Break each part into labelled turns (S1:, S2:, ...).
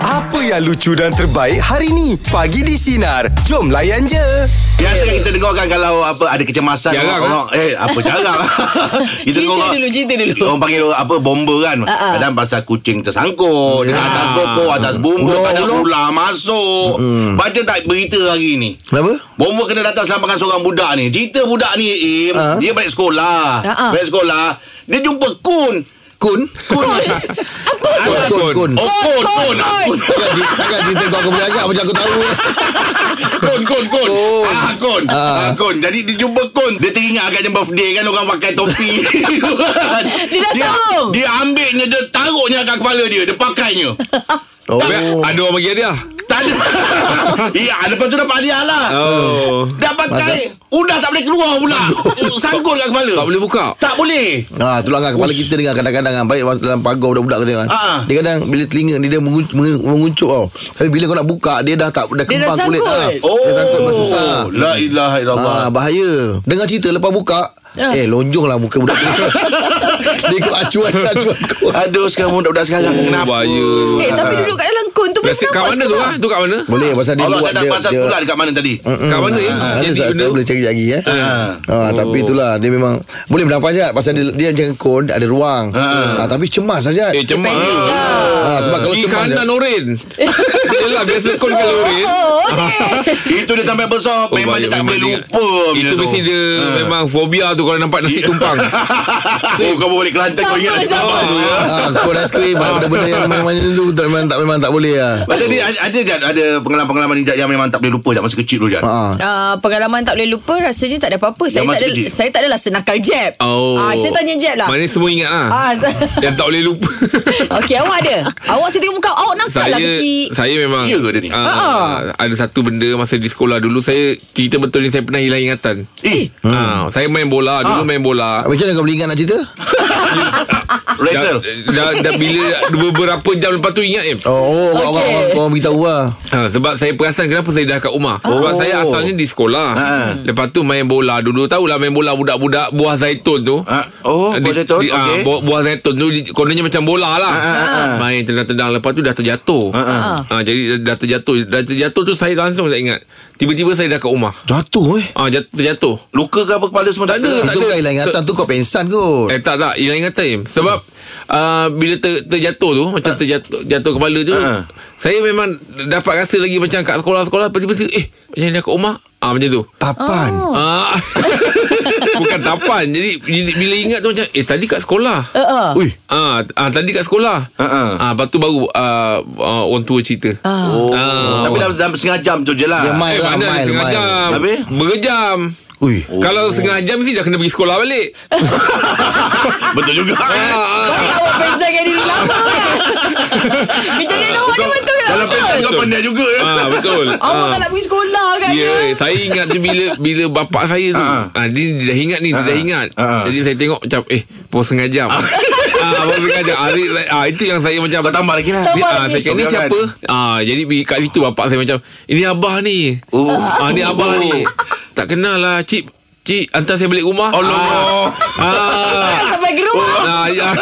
S1: Apa yang lucu dan terbaik hari ni? Pagi di Sinar. Jom layan je.
S2: Biasa
S3: Ya.
S2: kan kita dengar kan kalau apa ada kecemasan
S4: Jarang,
S2: orang, eh apa jarang. kita
S3: Cerita dulu, cerita dulu.
S2: Orang panggil orang apa bomba kan.
S3: ah.
S2: Kadang pasal kucing tersangkut, dengan atas pokok, atas bumbu,
S5: Ular,
S2: kadang
S5: ular.
S2: ular masuk.
S3: Hmm.
S2: Baca tak berita hari ni.
S3: Lah.
S5: Kenapa?
S2: Bomba kena datang selamatkan seorang budak ni. Cerita budak ni Im,
S5: Ah.
S2: dia balik sekolah.
S3: Ah, ah.
S2: Balik sekolah, dia jumpa kun.
S5: Kun?
S2: Kun.
S3: Eh,
S5: Kun,
S2: Anak-
S5: kun, kun.
S2: Oh, kun, kun, ah, kun.
S5: Takkan cerita, takkan cerita kau aku boleh agak macam aku tahu.
S2: Kun, kun, kun.
S5: Kun.
S2: Ah, kun. Ah, kun. Jadi dia jumpa kun. Dia teringat agaknya birthday kan orang pakai topi.
S3: Dia dah
S2: dia,
S3: tahu.
S2: dia ambilnya, dia taruhnya kat kepala dia. Dia pakainya.
S5: Oh.
S4: Oh. Ada orang bagi hadiah
S2: Tak ada. ya, lepas tu dapat hadiah lah.
S4: Oh
S2: Dah pakai, udah tak boleh keluar pula. Sangkut kat kepala.
S4: Tak boleh buka
S2: Tak boleh.
S5: Ha, itulah kan kepala kita dengar kadang-kadang kan, baik masa dalam pagar budak-budak kita kan.
S2: Ah.
S5: Dia kadang bila telinga ni dia mengun- mengun- menguncup tau. Tapi bila kau nak buka dia dah tak dah
S3: Dia dah
S5: kembang kulit
S3: sangkut.
S5: dah.
S2: Oh.
S5: Dia sangkut dah susah.
S2: La ilaha illallah.
S5: Ha, bahaya. Dengar cerita lepas buka
S3: Ya.
S5: Eh lonjong lah muka budak tu Dia ikut acuan Acuan kau
S2: Aduh sekarang budak-budak sekarang
S4: Oh, bahaya.
S3: Eh tapi duduk kat dalam kun tu Boleh
S4: Plastik kat
S3: menampak
S4: mana tu
S3: sekarang.
S4: lah Tu kat mana
S5: Boleh pasal dia
S2: Allah
S5: buat
S2: tak
S5: dia,
S2: pasal
S5: dia
S2: pula dekat mana tadi?
S4: Kat mana ya
S5: Ha,
S4: Jadi
S5: saya,
S4: benda
S5: saya
S4: tu? Ah.
S5: boleh cari lagi eh.
S2: Ha.
S5: Ha, oh. tapi itulah dia memang boleh bernafas je pasal dia, dia macam kon ada ruang. Ha. tapi cemas saja.
S4: Ah, Eh cemas
S3: Panik lah.
S5: ha, sebab kalau
S4: Di
S5: cemas je,
S4: kanan oren Yelah biasa kon kalau oren
S3: Oh okey
S2: Itu dia sampai besar
S4: Oh,
S2: Memang
S4: bahaya,
S2: dia tak boleh
S4: dia-
S2: lupa benda
S4: Itu
S2: tu.
S4: mesti dia
S2: Ha.
S4: Memang fobia tu Kalau nampak nasi tumpang
S2: Oh kau boleh Kelantan Kau ingat nasi
S3: Sama,
S2: sambal
S3: sama.
S2: tu ya
S5: Ha, kon es krim benda-benda yang main-main tu tak memang tak memang tak boleh lah.
S2: Macam ni ada ada Jad, ada pengalaman-pengalaman ni Jad, yang memang tak boleh lupa Jad, masa kecil tu Jad.
S5: Ha.
S3: Ah, pengalaman tak boleh lupa rasanya tak ada apa-apa. Saya
S2: Zaman
S3: tak ada
S2: kecil.
S3: saya tak adalah senakal Jeb.
S4: Oh
S3: Ah, saya tanya Jeb lah.
S4: Mana semua ingat lah
S3: Ah, sa-
S4: Yang tak boleh lupa
S3: Okey, awak ada. Awak saya tengok muka awak nakal lah
S4: saya
S3: kecil.
S4: saya memang
S2: Ya ke dia ni?
S4: ah, ada satu benda masa di sekolah dulu saya cerita betul ni saya pernah hilang ingatan.
S2: Eh,
S4: Ah, saya main bola dulu main bola.
S5: Macam mana kau boleh ingat nak cerita?
S2: Rachel.
S4: dah, dah bila beberapa jam lepas tu ingat eh.
S5: Oh, oh okay. orang, orang, orang beritahu lah.
S4: Ha, sebab saya perasan kenapa saya dah kat rumah. Oh. Sebab saya asalnya di sekolah.
S2: Ha.
S4: Lepas tu main bola dulu. Tahulah main bola budak-budak buah zaitun tu.
S2: Ha. Oh, buah zaitun,
S4: ah,
S2: okey.
S4: buah, buah zaitun tu di- kononnya macam bola lah.
S2: Ha, ha,
S4: Main tendang-tendang lepas tu dah terjatuh. Ha,
S2: ha.
S4: jadi dah- dah terjatuh. Dah terjatuh tu saya langsung tak ingat. Tiba-tiba saya dah kat rumah.
S5: Jatuh eh.
S4: Ah, jat- terjatuh.
S2: Luka ke apa kepala semua
S4: Tak ada, tak
S5: Itu bukan hilang ingatan tu kau pensan kot.
S4: Eh tak tak Hilang ingatan Im. Sebab uh, Bila ter, terjatuh tu Macam terjatuh Jatuh kepala tu
S2: Ah.
S4: Saya memang Dapat rasa lagi Macam kat sekolah-sekolah Tiba-tiba Eh macam ni aku rumah Ah macam tu
S3: Oh,
S5: Tapan.
S4: Ah, Bukan tapan Jadi bila bila ingat tu macam Eh tadi kat sekolah
S3: Uh-uh.
S5: Ui,
S4: Ah, ah tadi kat sekolah.
S2: Ah, ah.
S4: ah lepas tu baru ah, ah, orang tua cerita. Ah.
S2: Oh.
S4: Ah.
S2: Tapi dalam, dalam setengah jam tu je lah.
S5: Dia main
S4: Eh,
S5: lah,
S4: mana ada
S5: main,
S4: setengah
S5: main.
S4: jam.
S2: Habis?
S4: Berjam.
S5: Ui.
S4: Oh. Kalau setengah jam mesti dah kena pergi sekolah balik.
S2: Betul juga.
S4: ah, ah.
S3: Awak pensarkan diri lama kan? Macam mana awak dah betul lah.
S2: Dalam pesan kau
S4: Betul.
S2: pandai juga ya.
S4: ah betul.
S3: Awak
S4: Ah.
S3: tak nak pergi sekolah kan?
S4: Ya, yeah, saya ingat tu bila bila bapak saya tu.
S2: Ha.
S4: Ha. dia, dia dah ingat ni, dia
S2: Ha.
S4: dah ingat.
S2: Ha.
S4: Jadi saya tengok macam eh, pukul setengah jam. ah, baru setengah jam. Ah, dia- ah, itu yang saya macam
S2: Kau tambah lagi lah.
S3: Tambah.
S4: Ah,
S3: lagi.
S4: saya kata, ni
S2: Jangan.
S4: siapa? Ah, jadi pergi kat situ bapak saya macam, ini abah ni.
S2: Oh.
S4: Ah, ni abah ni. Tak kenal lah, cip. Cik, hantar saya balik rumah.
S2: Allah.
S4: Ah.
S3: Jangan sampai ke rumah.
S4: Ah, ya.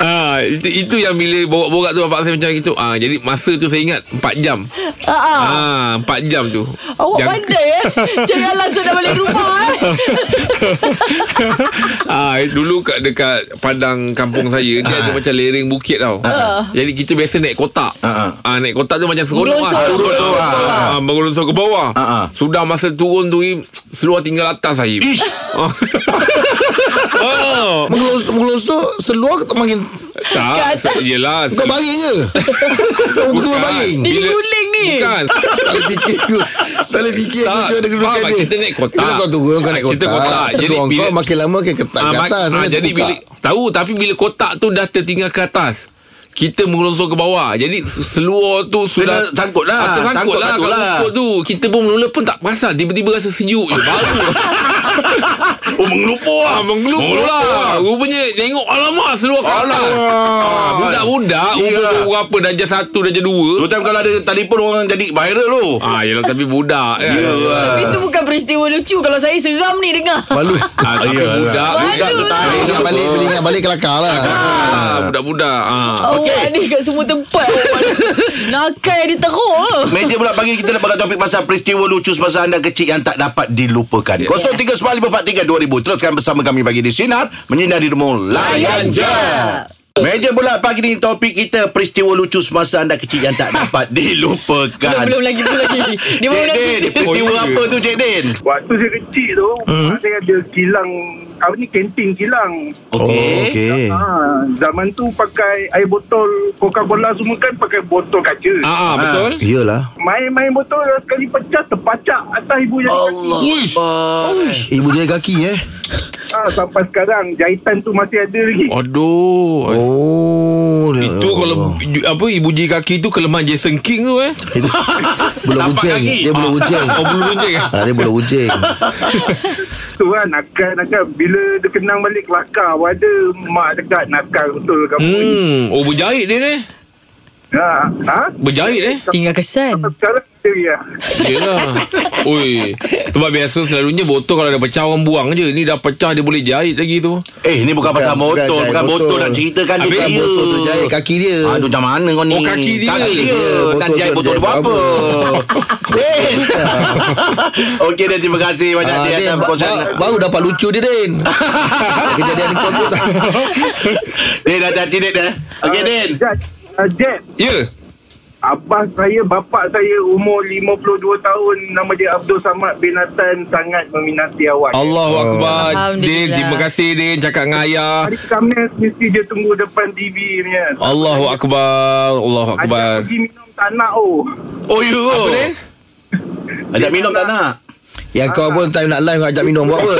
S4: ah, itu, itu yang bila borak-borak tu bapak saya macam gitu. Ah, jadi masa tu saya ingat 4 jam.
S3: Uh-uh.
S4: Ah, 4 jam tu.
S3: Awak
S4: Jang-
S3: pandai eh. Jangan langsung dah balik rumah eh.
S4: ah, dulu kat dekat padang kampung saya dia ada macam lereng bukit tau. Ah. Jadi kita biasa naik kotak.
S2: Ah,
S4: Ah, naik kotak tu macam seronok
S3: Merosot.
S2: Merosot.
S4: Ah, ah, merosot ke bawah.
S2: Ah, ah.
S4: Sudah masa turun tu Im, seluar tinggal atas saya.
S2: Ish.
S4: Ah. oh.
S5: mengelosok, mengelosok seluar kau makin
S3: Ke
S4: Tak,
S3: atas.
S4: yelah.
S5: kau baring ke? Kau betul
S4: Bukan.
S5: baring.
S3: Dia
S4: Bila-
S3: guling ni.
S4: Bukan.
S5: Tak boleh fikir aku Tak boleh fikir aku
S4: Tak,
S5: Dia ada kedudukan
S4: faham tak?
S5: dia
S4: Kita naik kotak.
S5: Bila kau turun kau naik kotak
S4: Kita kotak. Jadi
S5: Seluar
S4: bila-
S5: kau makin lama Makin ketat ke
S4: Ah, ma-
S5: atas
S4: ah,
S5: Makin
S4: jadi
S5: terbuka.
S4: bila tahu tapi bila kotak tu dah tertinggal ke atas. Kita mengelonsor ke bawah. Jadi seluar tu sudah
S2: Kena sangkut lah.
S4: Ah,
S2: Sangkut
S4: Tersangkut
S2: kat
S4: lah
S2: tu
S4: kat
S2: lah.
S4: lah. tu. Kita pun mula pun tak perasan. Tiba-tiba rasa sejuk je. Baru.
S2: Oh mengelupur
S4: ah,
S2: lah.
S4: menggelupur lah. Rupanya tengok alamak seluar kat atas. Ah, Budak-budak umur
S2: Yelah.
S4: berapa darjah satu, darjah dua.
S2: Tu time kalau ada telefon orang jadi viral tu.
S4: Ah, yelah tapi budak kan.
S2: lah.
S3: Tapi itu bukan peristiwa lucu. Kalau saya seram ni dengar.
S5: Malu
S4: Ah, tapi
S2: Yelah.
S4: budak.
S2: Budak tu
S3: Aduh.
S2: tak
S5: Bila ingat balik Bila ingat balik kelakar lah
S2: Oh.
S4: Ah, budak-budak. Ah.
S3: Awak ni kat semua tempat. Nakal dia teruk ha. ke?
S2: Media pula pagi ni kita nak bagi topik pasal peristiwa lucu semasa anda kecil yang tak dapat dilupakan.
S3: Ya.
S2: 0395432000 teruskan bersama kami bagi di sinar menyinari rumah layan je. Meja pula pagi ni topik kita peristiwa lucu semasa anda kecil yang tak dapat
S3: Belum,
S2: dilupakan.
S3: belum lagi, belum lagi. Dia baru
S2: Cik
S3: lagi.
S2: Din, peristiwa
S4: Oh, ya.
S2: apa tu Cik Din?
S6: Waktu saya kecil tu hmm. Saya ada kilang Apa ni kantin kilang
S2: Okey.
S5: Oh, okey.
S6: ha, Zaman tu pakai air botol Coca-Cola semua kan Pakai botol kaca
S4: Ah, ah, betul.
S5: Iyalah.
S6: Main-main botol Sekali pecah Terpacak atas ibu yang
S2: Allah.
S4: Uish.
S5: Ibu dia kaki eh.
S6: ha, Sampai sekarang Jahitan tu masih ada lagi
S4: Oh.
S2: Ah.
S4: Aduh.
S5: Oh. dia-
S4: Itu kalau ju- apa ibu jari kaki tu kelemahan Jason King tu eh.
S5: Itu belum
S2: Tapak
S5: uceng.
S2: kaki.
S5: Dia belum uceng.
S4: Oh bulu runcing eh.
S5: Ah, dia belum uceng.
S6: Tu kan nakal-nakal Bila dia kenang balik kelakar Wada Mak dekat nakal betul kamu ni
S4: Hmm, oh berjahit dia ni.
S6: ha, ha?
S4: Berjahit eh.
S3: Tinggal kesan.
S6: Sampai sekarang dia ya.
S4: Yelah Ui Sebab biasa selalunya botol Kalau dah pecah orang buang je Ni dah pecah dia boleh jahit lagi tu
S2: Eh, ni bukan
S5: Bukan,
S2: pasal
S5: bukan
S2: motor,
S5: jahit
S2: bukan
S5: botol.
S2: motor nak ceritakan dia.
S4: Habis
S5: Bukan
S2: Dia.
S5: botol tu jahit kaki dia.
S2: Aduh Ah, macam mana kau ni
S4: Oh, kaki dia.
S2: Kaki dia,
S5: Dia,
S2: Nak
S5: botol
S2: jahit
S5: tu
S2: botol
S5: jahit
S2: buat apa Din Okey Din terima kasih banyak
S5: Ah,
S2: Din
S5: Din,
S2: atas
S5: ba-
S2: perkongsian
S5: ba- baru dapat lucu dia Din. Kejadian kau tu tak.
S2: Din hati-hati Din eh
S7: Ah.
S2: Okey Din
S6: Jet, ah, Jet
S4: Ya
S6: Abah saya, bapak saya umur 52 tahun Nama dia Abdul Samad bin Hatan Sangat meminati awak
S4: Allahu Akbar Din
S3: Alhamdulillah.
S4: terima kasih Din Cakap dengan ayah
S6: Hari Khamis mesti dia tunggu depan TV punya
S4: Allahu Akbar Allahu Akbar
S6: Ajak pergi minum tak nak oh
S2: Oh you
S4: Apa Din?
S2: Ajak minum tak nak
S5: Yang kau pun time nak live kau ajak minum buat apa?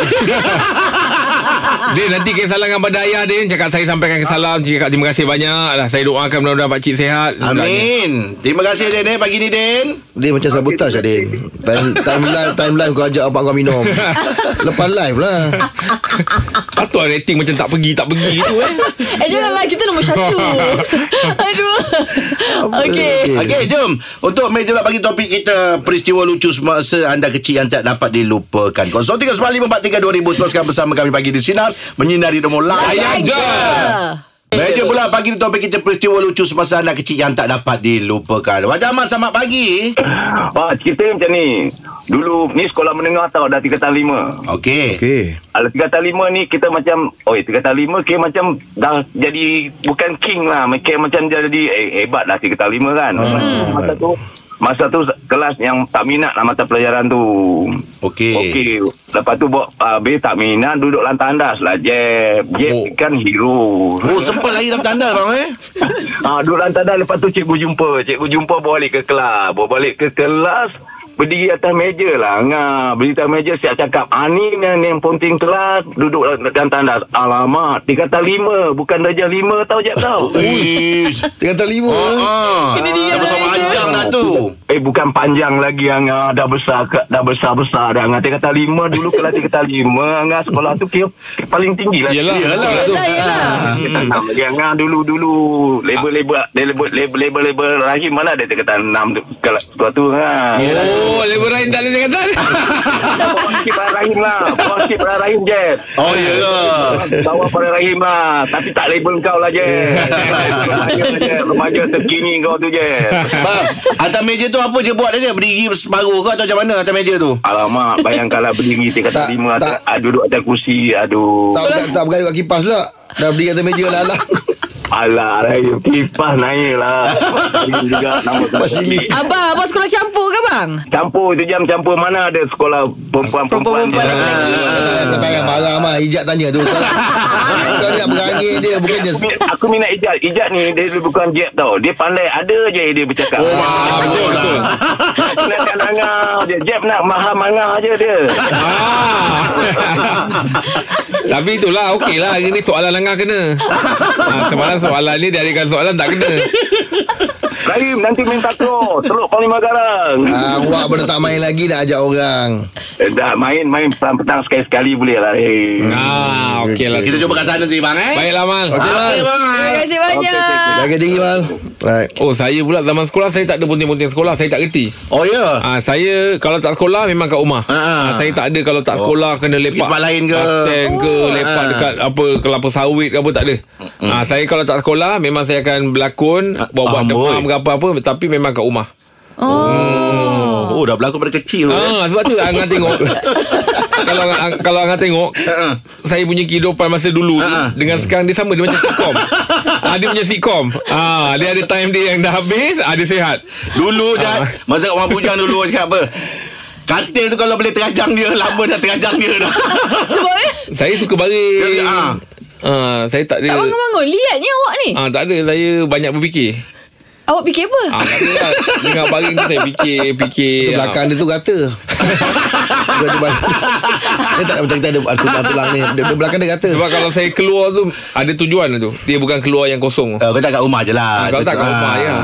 S4: Din nanti kesalahan pada ayah Din Cakap saya sampaikan kesalam Cakap terima kasih banyak lah Saya doakan mudah-mudahan pakcik sehat
S2: Amin Terima kasih Din eh Pagi ni Din
S5: Dia macam sabotaj lah Din. Time, time live, time live kau ajak abang kau minum. Lepas live lah.
S4: Patut lah rating macam tak pergi Tak pergi gitu eh
S3: Eh janganlah kita nombor satu Aduh Okay
S5: Okey.
S2: Okey jom Untuk meja pula bagi topik kita Peristiwa lucu semasa anda kecil Yang tak dapat dilupakan 0395432000 Teruskan bersama kami pagi di Sinar Menyinari rumah layan je Meja pula pagi ni topik kita peristiwa lucu semasa anak kecil yang tak dapat dilupakan. Wajah Ahmad selamat pagi.
S7: Ah, cerita macam ni. Dulu ni sekolah menengah tau dah tingkatan lima.
S2: Okey. Okay.
S5: Okey.
S7: Alah tingkatan lima ni kita macam Oh tingkatan lima kira macam Dah jadi Bukan king lah Kira macam jadi eh, Hebat lah tingkatan lima kan
S5: Hmm.
S7: Masa tu Masa tu kelas yang tak minat lah mata pelajaran tu
S2: Okey.
S7: Okey Lepas tu buat ah, habis tak minat Duduk lantai tandas lah Jeb Jeb
S4: Oh.
S7: oh. kan hero
S2: Oh sempat lari dalam tanda bang eh.
S7: Ah, duduk lantai dah lepas tu cikgu jumpa. Cikgu jumpa bawa balik ke kelas. Bawa balik ke kelas berdiri atas meja lah. Ngah, berdiri atas meja siap cakap. Ah, ni yang, yang penting kelas duduk dalam tandas. Alamak, tingkatan lima. Bukan darjah lima tau Jeb tau.
S2: Uish.
S5: Tengah tak lima.
S2: Ah.
S3: Kena dia
S2: Dah besar
S3: dah
S2: panjang dah tu.
S7: Eh bukan panjang lagi Angah Dah besar ke, Dah besar-besar dah Angah Tingkatan lima Dulu kelas tingkatan lima Angah sekolah tu kira Paling tinggi lah
S4: Yelah
S2: Yelah.
S4: betul
S3: Yelah
S4: lah tu.
S3: yelah
S7: Tingkatan enam lagi Angah dulu-dulu Label-label Label-label label-label Rahim mana ada tingkatan enam tu Kalau sekolah tu ha.
S4: Oh level lain tak ada dia kata
S7: Bawa sikit barang rahim lah Bawa sikit barang rahim je
S2: Oh iyalah.
S7: Bawa barang rahim lah Tapi tak label kau lah je Remaja je Remaja terkini kau tu je
S2: Bang, atas meja tu apa je buat dia? Berdiri separuh ke atau macam mana atas meja tu?
S7: Alamak Bayangkanlah berdiri Tingkat
S5: Tak,
S7: lima
S5: tak.
S7: tak. Duduk atas kursi Aduh
S5: Tak, tak, tak bergayut kat kipas pula. Dah beli kata meja lah lah.
S7: Alah rahim Kipas naik lah Ini juga nama tak
S5: Kipas sini.
S3: Abang Abang sekolah campur ke bang?
S4: Ah.
S7: Campur tu jam campur Mana ada sekolah Perempuan-perempuan
S3: Perempuan-perempuan
S7: je.
S3: lelaki
S5: Kau tak- Kau tak payah marah mah Ijat tanya tu Kau kau ni nak berangin dia Bukan dia
S7: Aku minat- Aku minat Ijat Ijat ni Dia bukan jeb tau Dia pandai Ada je dia bercakap
S2: Oh, ah, betul betul.
S7: Nak kan angah je Jeb nak maham angah je dia
S4: Ah. Tapi itulah okey lah Hari ni soalan langgar kena ha, Semalam soalan ni Dia adakan soalan tak kena
S7: Rahim nanti minta telur Telur paling garang
S5: Ah, Awak pun dah tak main lagi Nak ajak orang
S7: eh, Dah main-main petang-petang Sekali-sekali boleh lah Rahim
S5: Hmm.
S4: ah, Okey lah
S2: Kita cuba kat sana nanti bang eh.
S4: Baiklah Mal
S5: Okey bang
S3: Terima kasih banyak
S5: Jaga diri mal Right
S4: Oh saya pula zaman sekolah Saya tak ada bunting-bunting sekolah Saya tak reti
S2: Oh ya. Yeah.
S4: Ah saya kalau tak sekolah memang kat rumah.
S2: Ah. Oh.
S4: Ah, saya tak ada kalau tak sekolah kena lepak
S2: tempat lain ke? Oh. Ah.
S4: Hotel ke lepak dekat apa kelapa sawit ke apa tak ada. Ah saya kalau tak sekolah memang saya akan berlakon buat-buat
S2: amboi.
S4: demam ke apa-apa apa tapi memang kat rumah.
S2: Oh, dah berlaku pada kecil.
S4: Ah, sebab tu Angah tengok. kalau Angah, kalau Angah tengok
S2: Ah.
S4: saya punya kehidupan masa dulu tu
S2: Ah.
S4: dengan sekarang dia sama dia macam sitcom. ah, dia punya sitcom. Ah, dia ada time dia yang dah habis, ah, dia sehat.
S2: Dulu
S4: Ah.
S2: dah Masa kat orang bujang dulu Orang cakap apa Katil tu kalau boleh terajang dia Lama dah terajang dia dah
S3: Sebabnya
S4: Saya suka baring.
S2: Ah.
S4: Ah. saya tak
S3: tak
S4: ada
S3: bangun-bangun. Lihatnya awak ni.
S4: Ah, tak ada saya banyak berfikir.
S3: Awak fikir apa?
S4: Ah, tak ada lah. Dengan baring tu saya fikir, fikir. Ah,
S5: Ke belakang dia tu rata Dia tu balik. Dia tak ada macam kita ada tulang-tulang ni Dia dia belakang dia rata
S4: Ah. Sebab kalau saya keluar tu ada tujuan lah tu. Dia bukan keluar yang kosong.
S2: Eh, Kau tak kat rumah je lah
S4: Kalau tak kat rumah ya.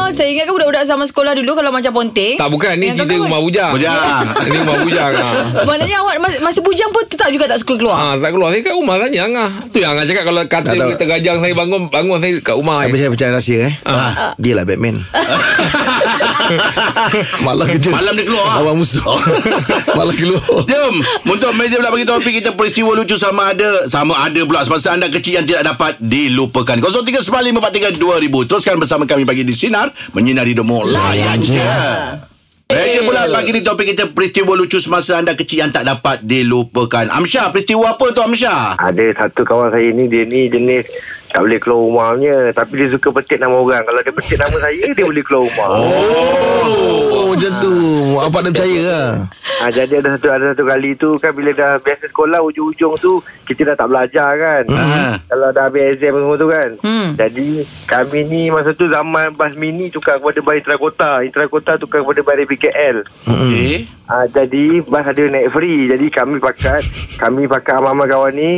S3: Oh, saya ingatkan budak-budak zaman sekolah dulu kalau macam ponting.
S4: Tak bukan
S3: Yang
S4: ni
S3: eh?
S4: cerita
S3: kawan-kawan.
S4: rumah bujang.
S2: Bujang.
S4: Ini rumah bujang. ah.
S3: Maknanya awak masa, masa bujang pun tetap juga tak suka keluar.
S4: Ah, saya keluar saya kat rumah saja Angah. Tu yang Angah cakap kalau kata
S5: Tak tahu.
S4: kita gajang saya bangun bangun saya kat rumah.
S5: Tapi
S4: Eh.
S5: saya percaya rahsia eh
S4: Ah.
S5: Dia lah Batman Malah kerja
S2: Malam dia keluar.
S5: Awal musuh Malah keluar
S2: Jom Untuk meja pula bagi topik kita Peristiwa lucu sama ada Sama ada pula Semasa anda kecil yang tidak dapat Dilupakan 0395432000 Teruskan bersama kami pagi di Sinar Menyinari Demo Layan je Meja pula pagi di topik kita Peristiwa lucu semasa anda kecil yang tak dapat Dilupakan Amsyah peristiwa apa tu Amsyah?
S7: Ada satu kawan saya ni Dia ni jenis Tak boleh keluar rumah punya Tapi dia suka petik nama orang Kalau dia petik nama saya Dia boleh keluar rumah oh.
S5: Oh macam tu Apa dia percaya lah
S7: ha, Jadi ada satu ada satu kali tu Kan bila dah biasa sekolah Ujung-ujung tu Kita dah tak belajar kan
S2: Ah.
S7: Kalau dah habis exam semua tu kan
S3: Hmm.
S7: Jadi kami ni Masa tu zaman bas mini Tukar kepada bas Intrakota Intrakota tukar kepada bas BKL
S4: Hmm.
S2: Okay
S7: Ah, jadi bas ada naik free. Jadi kami pakat, kami pakat amal-amal kawan ni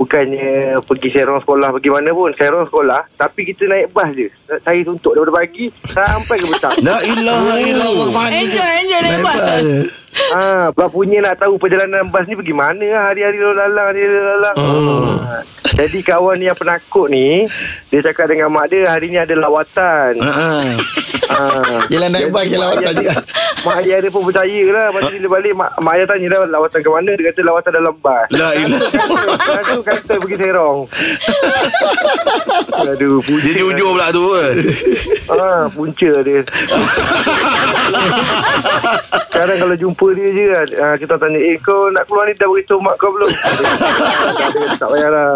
S7: bukannya pergi serong sekolah pergi mana pun, serong sekolah, tapi kita naik bas je. Saya suntuk daripada pagi sampai ke petang.
S2: La
S4: Oh.
S2: ilaha illallah
S3: Enjoy, enjoy naik
S5: Naik
S3: bas.
S5: bas.
S7: Ah, ha, punya nak tahu perjalanan bas ni pergi mana lah hari-hari lalang, hari lalang. Oh. Jadi kawan yang penakut ni, dia cakap dengan mak dia hari ni ada lawatan.
S5: Ha,
S2: Ah,
S7: Ah.
S5: Yelah naik bas Yelah awak tak juga
S7: Mak ayah dia pun percaya lah Lepas tu bila balik Mak, mak ayah tanya dah Lawatan ke mana Dia kata lawatan dalam bas
S5: lah,
S2: La ilaha
S7: Satu kata pergi serong Aduh punca
S2: Dia jujur pula tu kan
S7: ah, Punca dia Sekarang kalau jumpa dia je kan ah, Kita tanya Eh kau nak keluar ni Dah beritahu mak kau belum Dia kata, Tak payah lah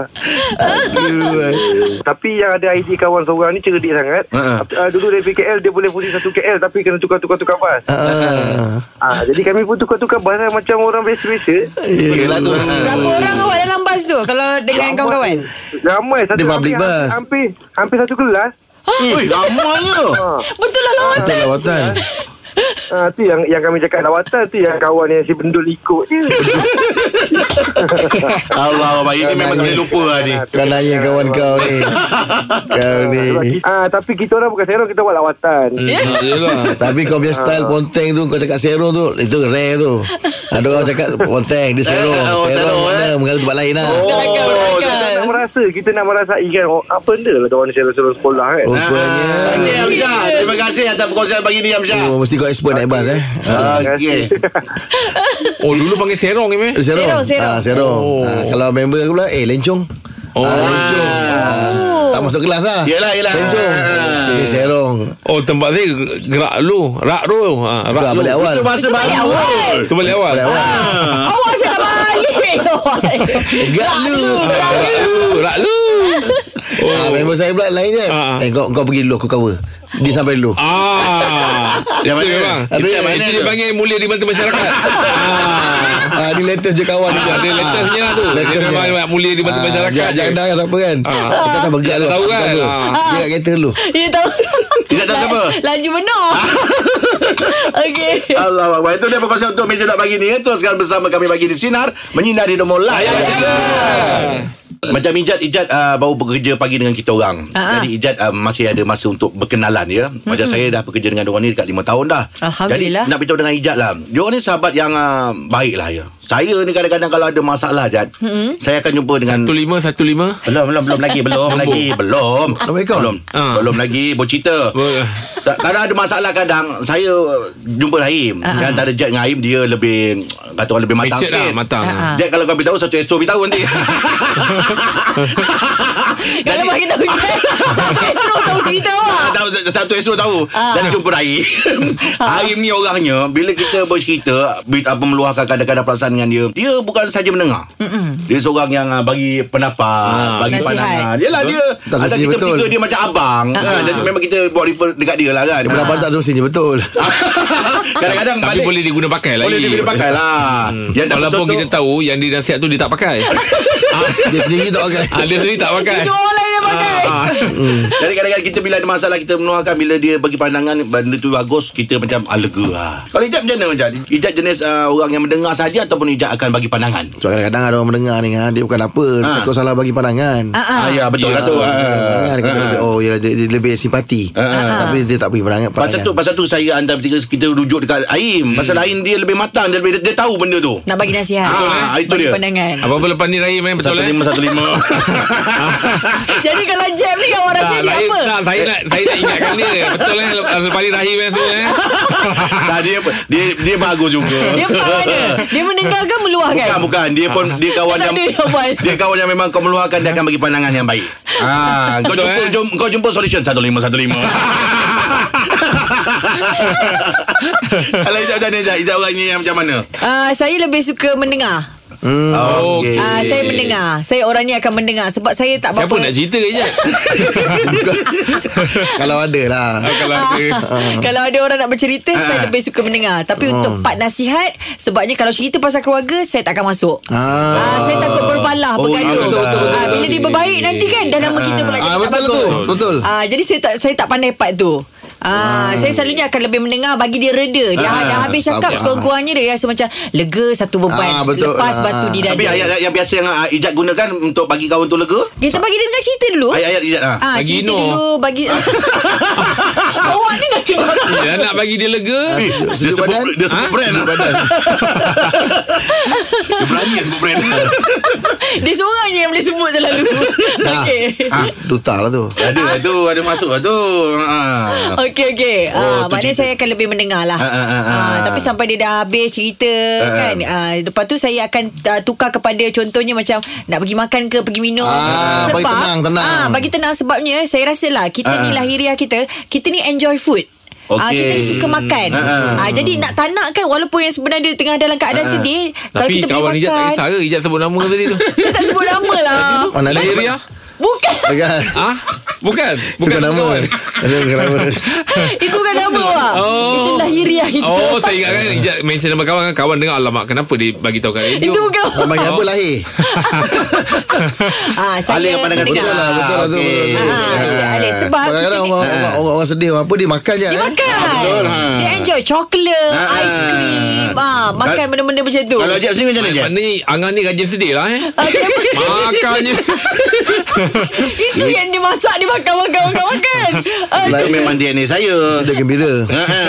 S7: Tapi yang ada ID kawan seorang ni Cerdik sangat
S2: Ha.
S7: Ah, Dulu dari PKL Dia boleh pusing satu KL Tapi kena tukar-tukar-tukar bas
S5: Ah.
S7: Ah, jadi kami pun tukar-tukar barang macam orang biasa-biasa.
S5: Yelah tu
S3: Berapa orang awak dalam bas tu kalau dengan kawan-kawan?
S7: Ramai satu
S5: Dia public
S7: hampir,
S5: bus.
S7: Hampir, hampir satu kelas.
S2: Ui, samanya
S5: Ha.
S3: Betul lah lawan.
S2: Oh,
S5: Betul lawatan
S7: Ah, tu yang yang kami cakap lawatan tu yang kawan yang si bendul ikut je.
S2: Allah, Allah Ini memang tak boleh lupa lah ni
S5: Kau nanya kawan kau ni Kau ni
S7: ah, tapi kita orang bukan serong kita buat lawatan.
S4: Hmm, yelah.
S5: Tapi kau punya style ponteng tu Kau cakap serong tu Itu rare tu Ada orang cakap ponteng Dia serong
S2: Eh, oh,
S5: Serong
S2: serong,
S5: mana Mengalir tempat lain lah
S3: Belakang, belakang.
S7: Nak merasa Kita nak merasai kan oh, Apa benda lah Kawan serong-serong sekolah kan
S5: Rupanya
S2: Okey Amsyah Terima kasih atas perkongsian pagi ni Amsyah
S5: Oh, mesti kau expert naik bas eh
S2: Okey
S4: Oh dulu panggil serong ni meh.
S5: Serong
S3: Serong, serong.
S5: Ah, serong.
S4: Oh.
S5: Ah, Kalau member aku pula Eh lencong
S4: Oh.
S5: Ah, lencong Ah, Tak masuk kelas lah
S2: Yelah, yelah.
S5: Lencong
S2: Ah.
S5: Dia serong
S4: Oh tempat saya gerak lu, rak lu. Ha, rak
S5: Bukan
S4: lu.
S5: balik awal
S2: Itu masa baru Ah.
S4: Tu balik awal.
S5: Balik awal
S3: Awak saya dah balik.
S5: Gak lu
S4: Ah, Rak lu, rak lu.
S5: Ah, Member saya pula lain je
S4: Ah.
S5: Eh kau kau pergi dulu Aku cover Dia sampai dulu
S4: Ah.
S2: Yang
S4: Itu
S2: mana?
S4: memang.
S5: Itu lah.
S4: Itu
S5: yang mana
S4: dia
S2: tu?
S4: panggil mulia di mata masyarakat. Ah.
S5: Ah, Ni latest je kawan
S4: Ah, dia latestnya lah tu. Dia
S5: Latestnya.
S4: memang memang mulia di mata
S5: Ah,
S4: masyarakat
S5: Jangan
S4: je.
S5: jangan dah siapa kan Kita tak bergerak
S4: Dia
S5: dulu
S4: tak tahu kan?
S5: Dia kat kereta dulu
S3: Ya tahu.
S2: Dia tak tahu siapa? Ah.
S3: Laju benar. Okey.
S2: Allah Akbar Itu dia perkongsian untuk meja nak pagi ni ya. Teruskan bersama kami pagi di Sinar Menyinari Demo Layan Kita. macam Ijat Ijat uh, baru bekerja pagi dengan kita orang
S3: Ah, ah.
S2: Jadi Ijat uh, masih ada masa untuk berkenalan ya Macam saya dah bekerja dengan orang ni dekat 5 tahun dah
S3: Alhamdulillah.
S2: Jadi nak beritahu dengan Ijat lah Dia orang ni sahabat yang uh, baik lah ya Saya ni kadang-kadang kalau ada masalah Jad, hmm. saya akan jumpa dengan
S4: Satu lima Satu lima
S2: belum belum belum lagi belum lagi belum
S5: Nombor akaun?
S2: belum
S4: Ah.
S2: belum lagi buat cerita
S4: Boleh.
S2: Tak, kadang ada masalah kadang saya jumpa Rahim
S3: Ah.
S2: uh-huh. kan antara Jack dengan Rahim dia lebih kata orang lebih matang
S4: Mecet lah
S2: sikit
S4: Matang
S3: Ah, ah.
S2: Jack kalau kau beritahu satu esok beritahu nanti
S3: Kalau bagi tahu je Satu astro tahu cerita awak
S2: tahu satu esok tahu
S3: Ah.
S2: dan jumpa Rahim Rahim ni orangnya bila kita bercerita ber- apa meluahkan kadang-kadang perasaan dengan dia dia bukan saja mendengar Mm-mm. dia seorang yang ah, bagi pendapat
S4: Ah.
S2: bagi
S3: Nasihat. Ah,
S2: pandangan yelah dia
S5: Tak
S2: ada
S5: semestinya
S2: kita
S5: betul.
S2: bertiga dia macam abang kan jadi memang kita buat refer dekat dia lah kan
S4: Ah.
S5: Pendapat tak semestinya betul
S2: kadang-kadang
S4: Tapi
S2: balik
S4: boleh diguna pakai lagi
S2: boleh dia pakai lah yang tak
S4: Walaupun
S2: betul
S4: kita
S2: tu
S4: tahu Yang dinasihat tu dia tak pakai
S5: Dia sendiri tak pakai
S4: ah, Dia sendiri tak pakai
S3: Itu orang lain yang pakai
S2: Ah,
S3: Hmm.
S2: jadi kadang-kadang kita bila ada masalah kita menuahkan bila dia bagi pandangan benda tu bagus kita macam ah, lega lah. Kalau Ijat macam mana Ijat? Ijat jenis uh, orang yang mendengar saja ataupun Ijat akan bagi pandangan?
S5: Sebab kadang-kadang ada orang mendengar ni kan Dia bukan apa
S4: Ah.
S2: Ha.
S5: Kau salah bagi pandangan
S3: Ah, ah.
S2: Ah, ya betul lah tu. Ah,
S5: Pandangan dia kata
S2: ah.
S5: lebih- Oh yelah, dia, dia lebih simpati Tapi dia tak bagi pandangan
S2: Pasal tu
S5: pandangan.
S2: pasal tu saya antara tiga kita rujuk dekat Aim.
S3: Hmm.
S2: Pasal Aim dia lebih matang dia lebih dia tahu benda tu.
S3: Nak bagi nasihat ya?
S2: Ah, itu
S3: Bagi
S2: dia.
S3: pandangan
S4: Apa-apa lepas ni Rahim eh Betul
S2: Satu
S4: eh
S2: lima satu lima.
S3: Jadi kalau jam ni Kawan rasa
S4: Tak,
S3: dia
S4: Rahim,
S3: apa
S4: tak, saya nak saya nak ingatkan dia. Betul eh lepas ni Rahim eh semua eh.
S2: Nah, dia dia dia bagus juga.
S3: Dia part mana Dia meninggalkan meluahkan
S5: Kan?
S2: Bukan bukan dia pun
S5: Ah.
S2: dia kawan
S3: Tak
S2: yang
S3: ada jawapan.
S2: dia kawan yang memang kau meluahkan
S5: Ya.
S2: dia akan bagi pandangan yang baik. Ah, kau
S4: Betul,
S2: jumpa,
S4: eh?
S2: jumpa kau jumpa solution 1515. Kalau Ijab macam mana Ijab? Ijab orangnya yang macam mana?
S3: Ah, Saya lebih suka mendengar
S5: Hmm.
S2: Oh,
S4: okey.
S3: Ah, Saya mendengar Saya orangnya akan mendengar Sebab saya tak
S4: Siapa
S3: apa-apa
S4: nak cerita ke Ijat?
S5: Kalau ada lah
S2: Ah,
S4: Kalau ada.
S3: Ah. Kalau ada orang nak bercerita Saya lebih suka mendengar Tapi untuk part nasihat Sebabnya kalau cerita pasal keluarga Saya tak akan masuk
S5: Ah.
S3: Ah, Saya takut berbalah
S2: Oh,
S3: Bergaduh
S2: betul, betul, betul,
S3: Ah, Bila dia berbaik nanti kan Dah nama kita pula jadi
S5: Ah,
S3: tak
S5: betul
S3: bagus.
S5: tu Betul
S3: Ah, jadi saya tak saya tak pandai part tu. Ah, saya selalunya akan lebih mendengar bagi dia reda. Dia ah, dah habis cakap
S5: sabar.
S3: sekurang-kurangnya dia rasa macam lega satu beban.
S5: Ah, betul.
S3: Lepas
S5: Ah.
S3: batu di dada.
S2: Tapi ayat yang biasa yang ah, Ijat gunakan untuk bagi kawan tu lega?
S3: kita bagi dia dengar cerita
S5: Oh.
S3: dulu.
S2: Ayat-ayat Ijat ah.
S3: Ah,
S4: Bagi
S3: cerita
S4: Ino.
S3: dulu bagi Awak ni nak keluar.
S4: Ya, nak bagi dia lega.
S2: Eh, dia
S5: Sejuk
S2: sebut,
S5: badan?
S2: dia sebut
S4: Ha?
S2: brand
S5: Sejuk
S2: lah.
S5: badan
S2: Dia berani yang sebut brand.
S3: Dia seorang je yang boleh sebut selalu. Okey.
S5: Ah, Duta lah tu
S2: ada lah tu, ada masuk lah tu. Ha.
S3: Okey okey.
S2: Oh,
S3: Ah,
S2: tu cerita.
S3: maknanya saya akan lebih mendengar lah.
S2: Ah, ah, ah, ah.
S3: Ah, tapi sampai dia dah habis cerita kan. Ah, lepas tu saya akan ah, tukar kepada contohnya macam nak pergi makan ke pergi minum.
S5: Ah, bagi tenang, tenang.
S3: Ah, bagi tenang sebabnya saya rasalah kita ni lahiriah kita, kita ni enjoy food.
S2: Ah,
S3: Ah,
S2: Okey.
S3: kita ni suka makan.
S2: Ah,
S3: Ah, jadi nak tak nak kan walaupun yang sebenarnya dia tengah dalam keadaan sedih, kalau
S4: Tapi
S3: kita
S4: kawan
S3: pergi
S4: Ijat tak
S3: makan.
S4: kisah ke Ijat sebut nama tadi tu?
S3: Saya tak sebut nama lah.
S5: Oh, nak
S4: Lahiriah?
S3: Bukan.
S5: Bukan
S4: Ah, bukan. Bukan
S5: Bukan nama
S4: kawan.
S5: Bukan nama
S3: Itu kan nama awak. Itu lahiriah kita.
S4: Oh, saya ingatkan Ijat mention nama kawan kan kawan dengar alamak kenapa dia bagi tahu kat radio.
S3: Itu bukan
S4: Oh
S3: awak.
S5: Bagi apa lahir
S3: Ah, saya
S2: Alih yang pandang kat
S3: mendengar.
S5: Betul lah Betul lah
S2: Ah,
S5: tu
S2: Okey.
S5: betul, betul.
S3: Ah, saya Alih sebab kita
S5: Kadang-kadang
S3: ni-
S5: orang, orang, orang, orang sedih orang apa Dia makan je
S3: dia
S5: eh.
S3: makan.
S4: lah.
S2: ha.
S3: Dia enjoy coklat,
S2: Ah, ah.
S3: aiskrim, ah, makan
S2: Kal-
S3: benda-benda macam tu.
S2: Kalau Ijat sini macam mana Ijat?
S4: Maknanya Angan ni rajin sedih lah eh.
S3: Ah, dia makan-
S4: Makannya.
S3: Itu yang dia masak Dia makan makan makan makan Ah,
S4: Lah,
S2: Itu memang DNA saya.
S5: Dia gembira
S2: Ha, ha.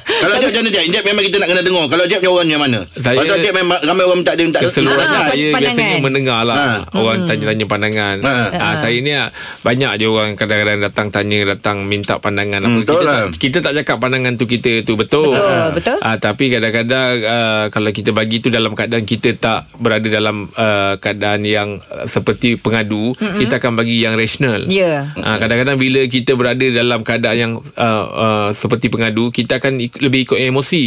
S2: Kalau Jeb macam mana Jeb? Jeb memang kita nak kena dengar. Kalau Jeb ni orang yang mana?
S4: Saya-
S2: Pasal Jeb memang ramai orang minta dia minta
S3: Ah,
S4: Keseluruhan saya
S3: pandangan. Hmm. Ha.
S4: biasanya mendengar lah
S2: Ah.
S4: Orang tanya-tanya pandangan
S2: Ah.
S4: Ah, Saya ni ah, banyak je orang kadang-kadang datang tanya Datang minta pandangan
S2: Hmm,
S4: apa.
S2: betul
S4: kita,
S2: lah.
S4: tak, kita tak cakap pandangan tu kita tu betul
S3: Betul,
S4: Ah.
S3: betul.
S4: Ah, Tapi kadang-kadang ah, Kalau kita bagi tu dalam keadaan kita tak berada dalam ah, keadaan yang ah, Seperti pengadu Kita akan bagi yang rasional
S3: Ya.
S4: Ah, Kadang-kadang bila kita berada dalam keadaan yang ah, ah, Seperti pengadu Kita akan ik- lebih ikut emosi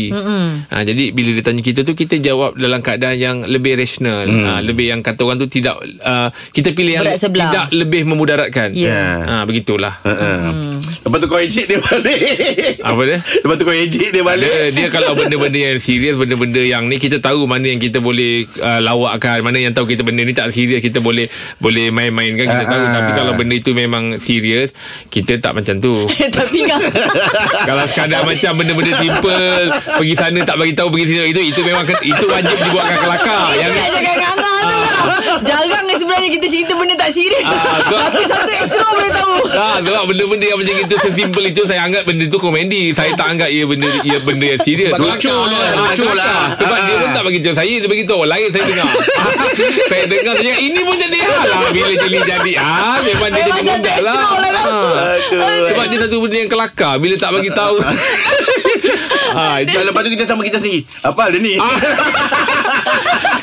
S4: Ah, Jadi bila dia tanya kita tu Kita jawab dalam keadaan yang lebih rasional Ah, Lebih yang kata orang tu tidak ah, Kita pilih yang
S3: Berat sebelah.
S4: tidak lebih memudaratkan
S3: Ya.
S4: Ah, Begitulah
S2: Hmm. Lepas tu kau ejek dia balik.
S4: Apa dia?
S2: Lepas tu kau ejek dia balik.
S4: Dia, dia kalau benda-benda yang serius Benda-benda yang ni Kita tahu mana yang kita boleh uh, Lawakkan Mana yang tahu kita benda ni tak serius Kita boleh Boleh main-mainkan Kita tahu
S2: Ah, ah.
S4: Tapi kalau benda itu memang serius Kita tak macam tu
S3: Tapi kan
S4: Kalau sekadar macam benda-benda simple Pergi sana tak bagi tahu Pergi sini tak bagi tahu Itu memang ke- Itu wajib dibuatkan kelakar
S3: Yang
S4: Ah, Yang
S3: nak jaga nganga tu lah Jarang kan sebenarnya kita cerita benda tak serius.
S4: Ah, tu-
S3: Tapi satu extra boleh tahu.
S4: Ah, sebab benda-benda yang macam itu sesimpel itu saya anggap benda tu komedi. Saya tak anggap ia benda ia benda yang serius.
S5: Sebab
S2: Lucu lah,
S4: Ah,
S2: lucu
S4: kelakar.
S2: lah.
S4: Sebab dia
S2: Ah.
S4: pun tak bagi tahu saya, dia bagi tahu orang lain saya dengar. saya dengar saya cakap, ini pun jadi hal lah bila jadi jadi. Ah, memang
S3: Memang
S4: dia jadi
S3: satu
S4: mengundang
S3: extra
S4: lah.
S3: lah dah.
S4: Ah.
S2: Aduh.
S4: Sebab dia satu benda yang kelakar bila tak bagi tahu. ah, itu
S2: Dan lepas tu kita sama kita sendiri Apa dia ni
S4: Ah.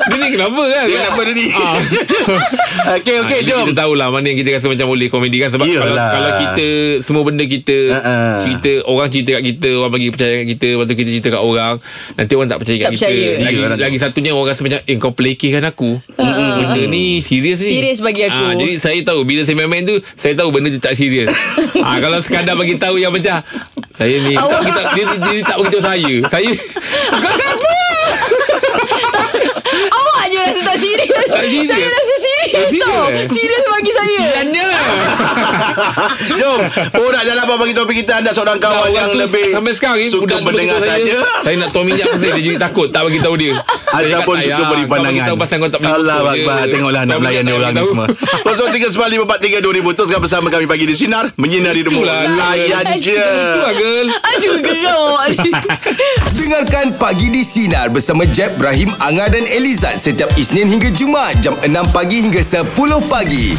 S4: dia ni kenapa kan?
S2: Dia kenapa dia ni
S4: Ah.
S2: Okay okay
S4: Ha, jadi
S2: jom
S4: Ah, Kita tahulah mana yang kita rasa macam boleh komedi kan sebab kalau,
S2: Iyalah.
S4: kalau kita semua benda kita
S2: Ha-ha.
S4: uh-uh. cerita orang cerita kat kita orang bagi percaya kat kita lepas tu kita cerita kat orang nanti orang tak percaya kat
S3: Tak
S4: kita
S3: percaya.
S4: lagi
S2: Iyalah.
S4: lagi satunya orang rasa macam eh kau pelekehkan aku uh-uh. benda ni serius ni
S3: Serius bagi aku.
S4: Ah, jadi saya tahu bila saya main-main tu saya tahu benda tu tak serius ah, kalau sekadar bagi tahu yang macam saya ni tak,
S3: Awak-
S4: kita, dia, dia, dia tak beritahu saya saya kau siapa
S3: Awak je rasa tak serius.
S4: Tak serius.
S3: Saya rasa serius
S4: Tak serius
S3: tau.
S4: eh?
S3: Serius bagi saya.
S2: Jom Oh nak jalan apa bagi topik kita Anda seorang kawan
S4: Orang
S2: yang
S4: tu
S2: lebih
S4: Sampai sekarang ni
S2: Suka
S4: budak tu
S2: mendengar
S4: beritahu
S2: saja
S4: saya, saya nak tuang minyak pasal dia jadi takut Tak bagi tahu dia Saya cakap,
S2: Ataupun
S4: "Tak
S2: suka
S4: payah,
S2: beri
S4: kau
S2: pandangan
S4: bagi tahu pasal kau tak beli
S2: Allah
S4: pokok je.
S2: Akbar Tengoklah nak
S4: Kau
S2: melayan
S4: beli
S2: dia
S4: tak
S2: orang ni
S4: tahu."
S2: semua 0395432000 Teruskan bersama kami pagi di Sinar Menyinari demo
S4: Itulah.
S2: Layan je
S4: Itulah lah, girl
S3: Aduh geram awak ni.
S1: Dengarkan Pagi di Sinar bersama Jeb, Ibrahim, Anga dan Elizad setiap Isnin hingga Jumaat jam 6 pagi hingga 10 pagi.